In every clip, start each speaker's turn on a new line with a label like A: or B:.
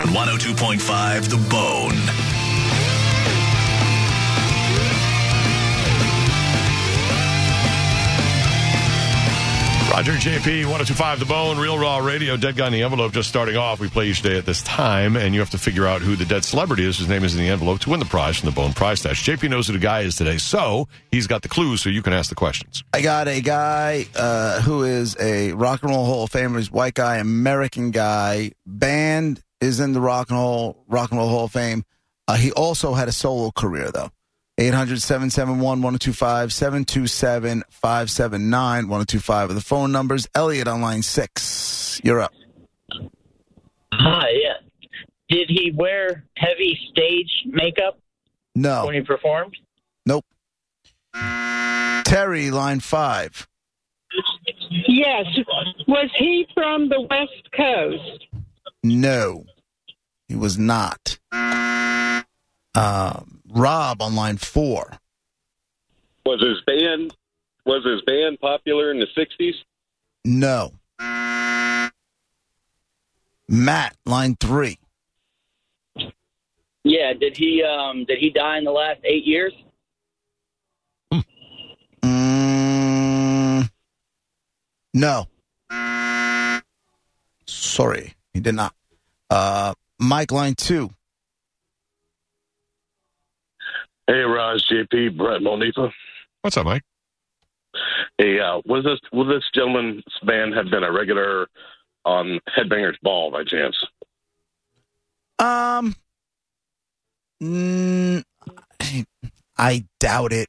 A: 102.5 The Bone.
B: Roger JP, 1025 The Bone, Real Raw Radio, Dead Guy in the Envelope just starting off. We play each day at this time, and you have to figure out who the dead celebrity is whose name is in the envelope to win the prize from the Bone Prize Stash. JP knows who the guy is today, so he's got the clues so you can ask the questions.
C: I got a guy uh, who is a Rock and Roll Hall of Famer. He's a white guy, American guy. Band is in the Rock and Roll Rock and Roll Hall of Fame. Uh, he also had a solo career though. 800-771-1025-727-579-1025 are the phone numbers. Elliot on line six. You're up.
D: Hi, yeah. Did he wear heavy stage makeup
C: No.
D: when he performed?
C: Nope. Terry, line five.
E: Yes. Was he from the West Coast?
C: No. He was not. Uh, Rob on line four.
F: Was his band was his band popular in the sixties?
C: No. Matt, line three.
D: Yeah. Did he um did he die in the last eight years?
C: Mm, no. Sorry, he did not. Uh, Mike, line two.
F: Hey Raj, JP, Brett Monifa.
B: What's up, Mike?
F: Hey, uh, was this would this gentleman's band have been a regular on Headbangers Ball by chance?
C: Um, mm, I, I doubt it.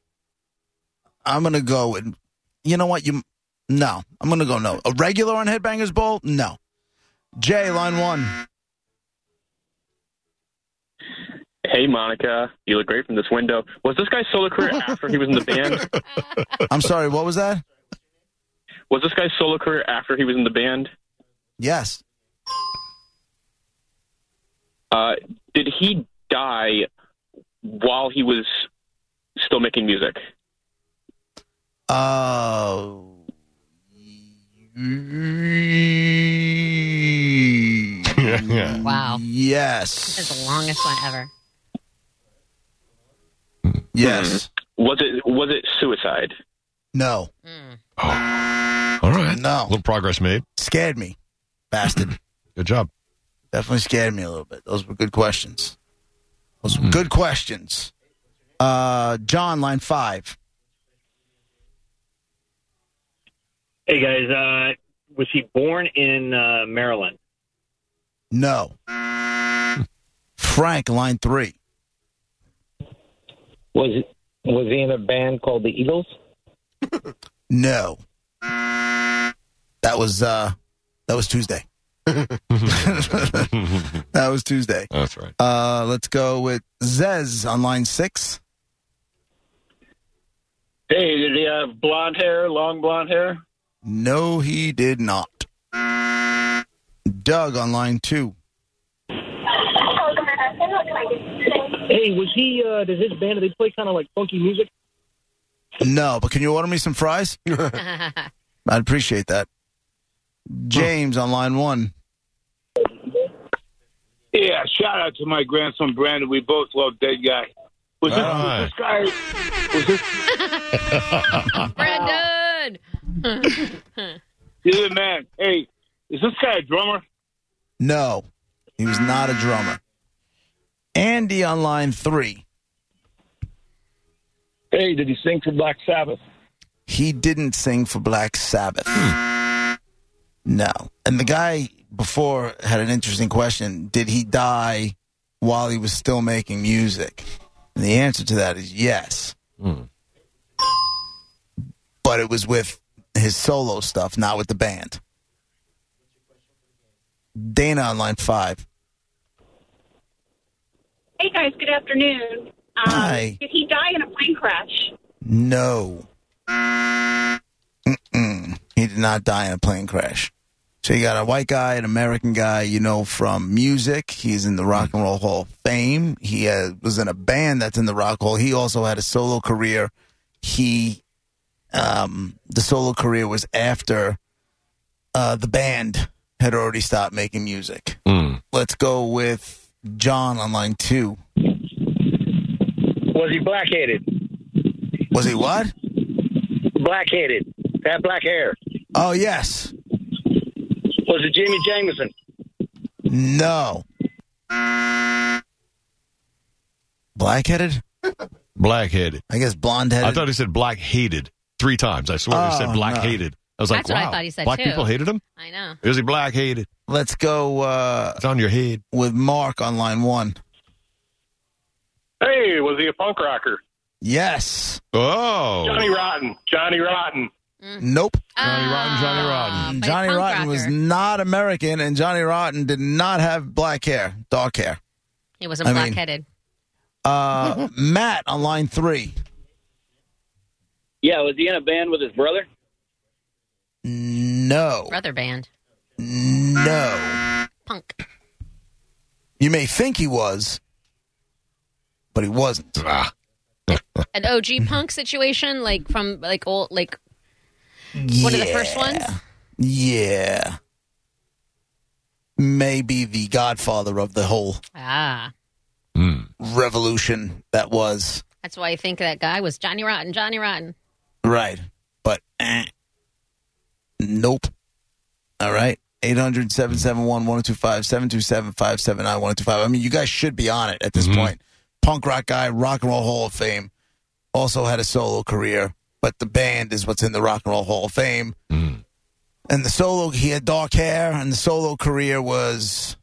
C: I'm gonna go and you know what? You no, I'm gonna go no. A regular on Headbangers Bowl? No. Jay, line one.
F: Hey Monica, you look great from this window. Was this guy's solo career after he was in the band?
C: I'm sorry. What was that?
F: Was this guy's solo career after he was in the band?
C: Yes.
F: Uh, did he die while he was still making music?
C: Uh,
B: yeah, yeah.
G: Wow. That's
C: yes.
G: the longest one ever.
C: Yes.
F: Was it was it suicide?
C: No.
G: Mm.
B: Oh. All right. A
C: No.
B: little progress made.
C: Scared me, bastard.
B: Good job.
C: Definitely scared me a little bit. Those were good questions. Those were good questions. Uh, John, line five.
H: Hey guys, uh, was he born in uh, Maryland?
C: No. Frank, line three.
I: Was was he in a band called the Eagles?
C: No. That was uh, that was Tuesday. that was Tuesday.
B: That's right.
C: Uh, let's go with Zez on line six.
H: Hey, did he have blonde hair, long blonde hair?
C: No, he did not. Doug on line two.
H: Hey, was he? Uh, does his band do they play kind of like funky music?
C: No, but can you order me some fries? I'd appreciate that. James on line one.
H: Yeah, shout out to my grandson Brandon. We both love Dead Guy. Was
B: this- was this
H: guy? Was this?
G: Brandon!
H: He's a man. Hey, is this guy a drummer?
C: No, he was not a drummer. Andy on line three.
H: Hey, did he sing for Black Sabbath?
C: He didn't sing for Black Sabbath. No. And the guy before had an interesting question. Did he die while he was still making music? And the answer to that is yes. But it was with his solo stuff, not with the band. Dana on line five.
J: Hey guys, good afternoon. Um,
C: Hi.
J: Did he die in a plane crash?
C: No. Mm-mm. He did not die in a plane crash. So you got a white guy, an American guy, you know, from music. He's in the Rock and Roll Hall of Fame. He uh, was in a band that's in the Rock Hall. He also had a solo career. He, um, the solo career was after uh, the band had already stopped making music. Let's go with John on line two.
K: Was he blackheaded?
C: Was he what?
K: Blackheaded. Had black hair.
C: Oh, yes.
K: Was it Jimmy Jameson?
C: No. Blackheaded?
B: Blackheaded.
C: I guess blonde headed.
B: I thought he said black hated three times. I swear he
C: Oh,
B: said black
C: no.
B: hated. I was like,
G: That's what I
B: wow,
G: thought he said,
B: black
G: too.
B: people hated him.
G: I know.
B: Is he black hated?
C: Let's go. Uh,
B: it's on your head.
C: With Mark on line one.
F: Hey, was he a punk rocker?
C: Yes.
B: Oh.
F: Johnny Rotten. Johnny Rotten.
C: Nope.
B: Johnny Rotten,
G: Ah,
B: Johnny Rotten.
C: Johnny Rotten was not American, and Johnny Rotten did not have black hair, dark hair.
G: He wasn't
C: I mean-
G: black-headed.
C: Uh, Matt on line three.
D: Yeah, was he in a band with his brother?
C: No.
G: Brother band.
C: No.
G: Punk.
C: You may think he was, but he wasn't.
B: Ah.
G: An OG punk situation, like from like old like one of the first ones.
C: Yeah. Maybe the godfather of the whole
G: Ah.
B: Hmm.
C: revolution that was.
G: That's why I think that guy was Johnny Rotten, Johnny Rotten.
C: Right. But eh. nope. All right. 800 771 1025 727 579 1025. I mean, you guys should be on it at this point. Punk rock guy, Rock and Roll Hall of Fame, also had a solo career, but the band is what's in the Rock and Roll Hall of Fame. And the solo, he had dark hair, and the solo career was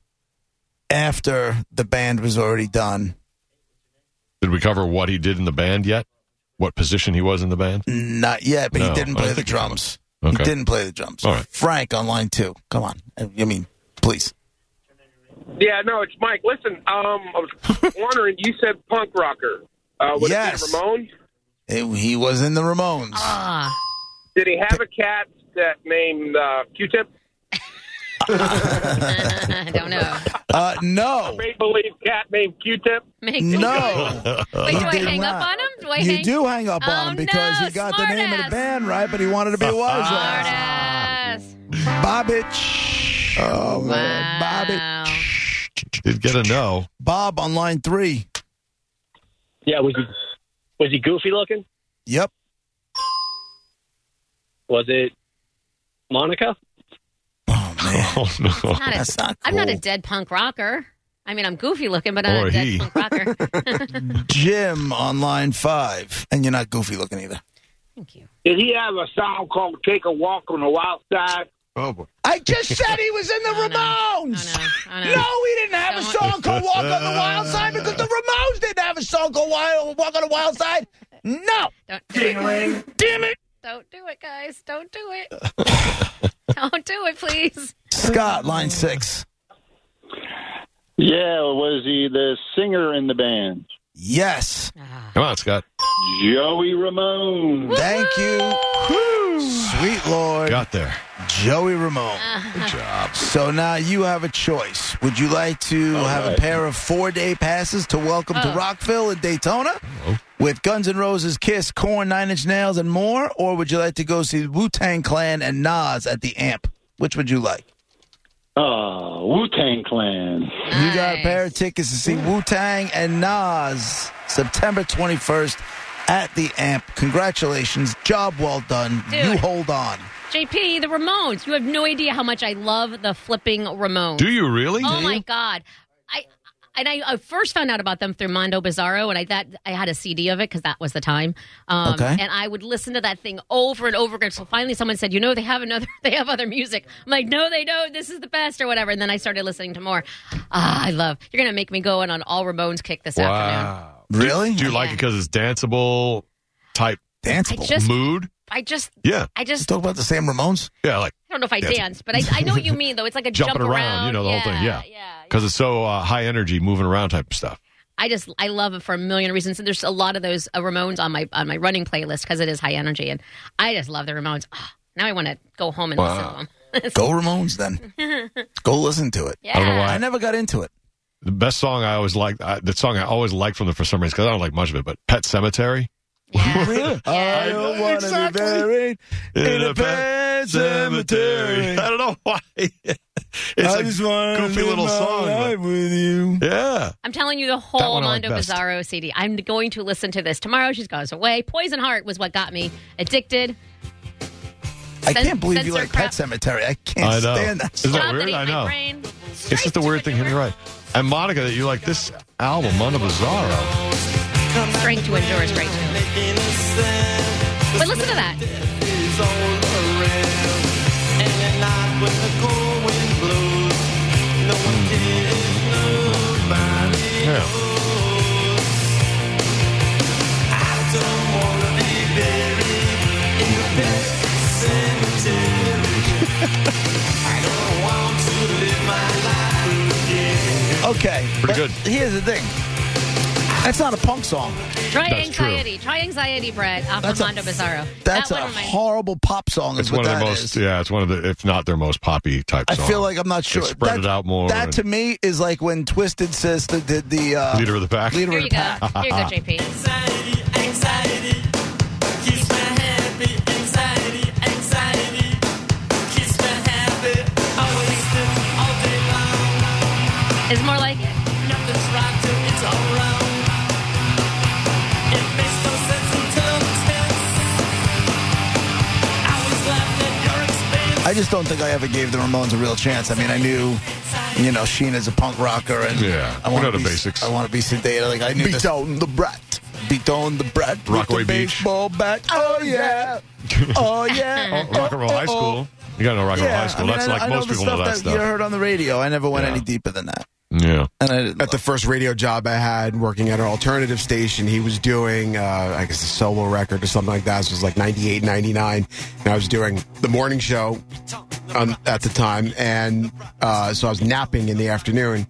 C: after the band was already done.
B: Did we cover what he did in the band yet? What position he was in the band?
C: Not yet, but
B: No,
C: he didn't
B: I
C: play
B: don't
C: the
B: think he
C: drums.
B: was.
C: He
B: Okay.
C: didn't play the drums.
B: All right.
C: Frank on line two. Come on. I I mean, please.
L: Yeah, no, it's Mike. Listen, um, I was wondering. you said punk rocker. Uh, would
C: Yes.
L: it be Ramon?
C: It- he was in the Ramones.
L: Did he have a cat that named uh, Q-Tip?
G: I don't know.
C: Uh, no.
L: Make believe cat named Q-Tip.
C: No.
G: Wait, do I
C: did
G: hang
C: not.
G: up on him? Do I
C: you
G: hang
C: do hang up on him because you got the name of the band right, but he wanted to be a wise
G: ass?
C: Bobbitch. Oh, man. Bobbitch.
B: Did get a no.
C: Bob on line three.
K: Yeah, was he was he goofy looking?
C: Yep.
K: Was it Monica?
B: Oh, no.
G: Not a- I'm not a dead punk rocker. I mean, I'm goofy looking, but I'm
C: Or
G: a dead
C: he.
G: punk rocker.
C: Jim on line five. And you're not goofy looking either.
L: Did he have a song called "Take a Walk on the Wild Side"?
B: Oh boy!
C: I just said he was in the Ramones. no. he didn't have a song called Walk on the Wild Side because the Ramones didn't have a song called Wild, Walk on the Wild Side. No.
G: Don't do it.
C: Damn it.
G: Don't do it, guys. Don't do it. Don't do it, please.
C: Scott, line six.
M: Yeah, was he the singer in the band?
C: Yes.
B: Come on, Scott.
M: Joey Ramone.
C: Thank you. Sweet Lord.
B: Got there.
C: Joey Ramone. Good job. So now you have a choice. Would you like to have a pair of four day passes to welcome to Rockville and Daytona with Guns N' Roses, Kiss, Corn, Nine Inch Nails, and more? Or would you like to go see Wu Tang Clan and Nas at the Amp? Which would you like?
M: Oh, Wu Tang Clan.
C: You got a pair of tickets to see Wu Tang and Nas September 21st at the Amp. Congratulations. Job well done.
G: Dude.
C: You hold on.
G: JP, the Ramones. You have no idea how much I love the flipping Ramones.
B: Do you really?
G: Oh
B: Do
G: my
B: you?
G: god! I and I, I first found out about them through Mondo Bizarro, and I that I had a CD of it because that was the time. Um,
N: Okay.
G: And I would listen to that thing over and over again. So finally, someone said, "You know, they have another. They have other music." I'm like, "No, they don't. This is the best," or whatever. And then I started listening to more. Ah, I love. You're gonna make me go in on all Ramones kick this afternoon.
C: Really?
B: Do, you like it because it's danceable type
G: Danceable. I just-
B: mood?
G: I just,
B: Yeah.
G: I just.
C: Talk about the Sam Ramones?
B: Yeah, like
G: I don't know if I
B: Dance.
G: dance, but I, I know what you mean though. It's like a
B: jumping
G: jump
B: around, you know, the whole thing. Yeah. Because it's so uh, high energy, moving around type of stuff.
G: I just I love it for a million reasons. And there's a lot of those uh, Ramones on my on my running playlist because it is high energy, and I just love the Ramones. Oh, now I want to go home and
C: Wow.
G: listen to
C: Go Ramones then.
G: them.
C: Go listen to it.
G: I don't know Yeah. why.
C: I never got into it.
B: The best song I always liked, I, the song I always liked from them for some reason, because I don't like much of it, but Pet Cemetery.
C: Really? I don't want to
B: Exactly.
C: be buried in a
B: pet
C: pet cemetery.
B: I don't know why. it's
C: I
B: a
C: just want to
B: goofy
C: live
B: little
C: my
B: song.
C: life with you.
B: but- yeah.
G: I'm telling you the
B: That
G: whole
B: one I like
G: Mondo
B: best.
G: Bizarro CD. I'm going to listen to this tomorrow. She goes away. Poison Heart was what got me addicted.
C: I
G: Cen-
C: can't believe you
G: censor
C: like
G: crap.
C: Pet Cemetery. I can't
B: I know.
C: stand that.
B: Isn't that
C: song.
B: weird? I know.
G: Brain.
B: It's just a weird thing. You're right. And Monica, that you like this album, Mondo Bizarro.
G: Strength to endure, strength to. But listen to that.
B: Yeah.
C: Okay.
B: Pretty good.
C: Here's the thing. That's not a punk song.
G: Try
C: That's true.
G: anxiety. Try anxiety, Brett. Off of
C: That's a-
G: Mondo Bizarro.
C: That's
G: that
C: a
G: one reminds
C: horrible pop song.
B: It's
C: is what
B: one of their
C: that
B: most,
C: is.
B: yeah, it's one of the, if not their most poppy type
C: I
B: song.
C: feel like I'm not sure.
B: It spread
C: that,
B: it out more.
C: That
B: and-
C: to me is like when Twisted Sister did the uh,
B: Leader of the Pack.
C: Leader
G: Here
C: of
G: you
C: the
G: go.
C: Pack.
G: Here you go, JP. It's more like it.
C: I just don't think I ever gave the Ramones a real chance. I mean, I knew, you know, Sheena's a punk rocker, and
B: Yeah,
C: I
B: we
C: want
B: know
C: to
B: the
C: be,
B: basics.
C: I want to be sedated. Like I knew beat down the brat, beat down the brat, with
B: Rockaway
C: the
B: Beach.
C: baseball bat. Oh yeah, oh yeah,
B: Oh, rock and roll
C: Oh,
B: high
C: oh,
B: school. You got to know rock and roll
C: Yeah,
B: high school.
C: I mean,
B: That's
C: I-
B: like
C: I
B: most
C: the
B: people know that
C: you
B: stuff.
C: heard on the radio. I never went
B: Yeah.
C: any deeper than that.
B: Yeah.
C: And I didn't
N: At the first radio job I had working at an alternative station, he was doing, uh, I guess, a solo record or something like that. This was like 98, 99. And I was doing the morning show um, at the time. And uh, so I was napping in the afternoon.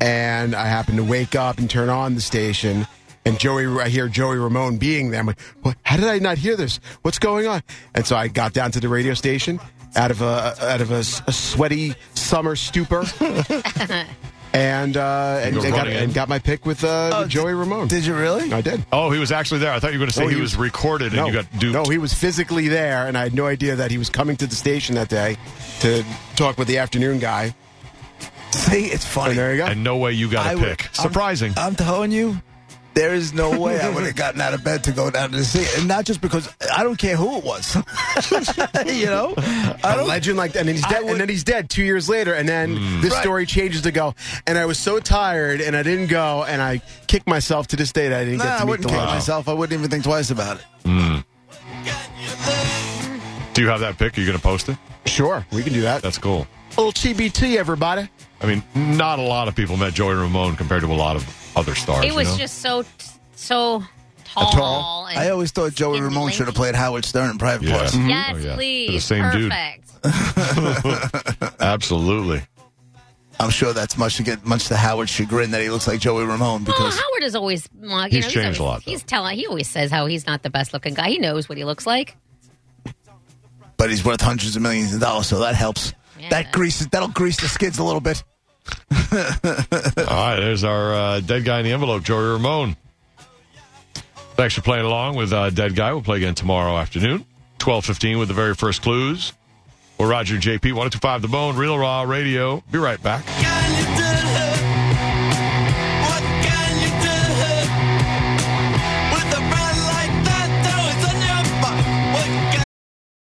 N: And I happened to wake up and turn on the station. And Joey, I hear Joey Ramone being there. I'm like, what? how did I not hear this? What's going on? And so I got down to the radio station out of a out of a, s- a sweaty summer stupor, and uh, and,
B: You go
N: and got,
B: running in?
N: and got my pick with uh, Joey Ramone.
C: Did you really?
N: I did.
B: Oh, he was actually there. I thought you were going to say
C: Oh,
N: No,
B: he
N: he
B: was
N: was-
B: recorded and
N: no,
B: you got duped.
N: no, he was physically there, and I had no idea that he was coming to the station that day to talk with the afternoon guy.
C: See, it's
N: And
C: funny.
N: there you go.
B: and no way you got
C: I
B: a
C: would-
B: pick.
C: I'm- uh,
B: Surprising.
C: I'm telling you, there is no way I would have gotten out of bed to go down to see it. And not just because I don't care who it was. you know? I
N: a
C: don't
N: legend like that, and then he's
C: I
N: dead.
C: would- Hmm.
N: and then he's dead two years later, and then this
C: Right.
N: story changes to go. And I was so tired, and I didn't go, and I kicked myself to this day that I didn't
C: Nah,
N: get
C: I
N: to meet
C: wouldn't
N: the
C: kill
N: legend.
C: myself. I wouldn't even think twice about it.
B: Do you have that pick? Are you going to post it?
N: Sure, we can do that.
B: That's cool.
N: Little TBT, everybody.
B: I mean, not a lot of people met Joey Ramone compared to a lot of other stars.
G: It was
B: you know?
G: just so so tall. and-
C: I always thought Joey
G: skinny
C: Ramone should have
G: lady.
C: played Howard Stern in Private
B: Yeah.
C: Parts.
G: Yes,
B: Oh, yeah.
G: please.
B: The same dude.
G: Perfect. Oh,
B: absolutely.
C: I'm sure that's much to get much to Howard's chagrin that he looks like Joey Ramone
G: Well,
C: because
G: Howard is always. well, You
B: He's
G: know,
B: changed
G: always,
B: a lot, though.
G: He's telling. He always says how he's not the best looking guy. He knows what he looks like.
C: but he's worth hundreds of millions of dollars, so that helps.
G: Yeah.
C: That greases that'll grease the skids a little bit.
B: All right, there's our uh, dead guy in the envelope, Joey Ramone. Thanks for playing along with uh, Dead Guy. We'll play again tomorrow afternoon, twelve fifteen, with the very first clues. We're Roger and JP, one oh two five, the Bone, Real Raw Radio. Be right back.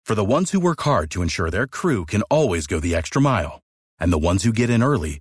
O: For the ones who work hard to ensure their crew can always go the extra mile, and the ones who get in early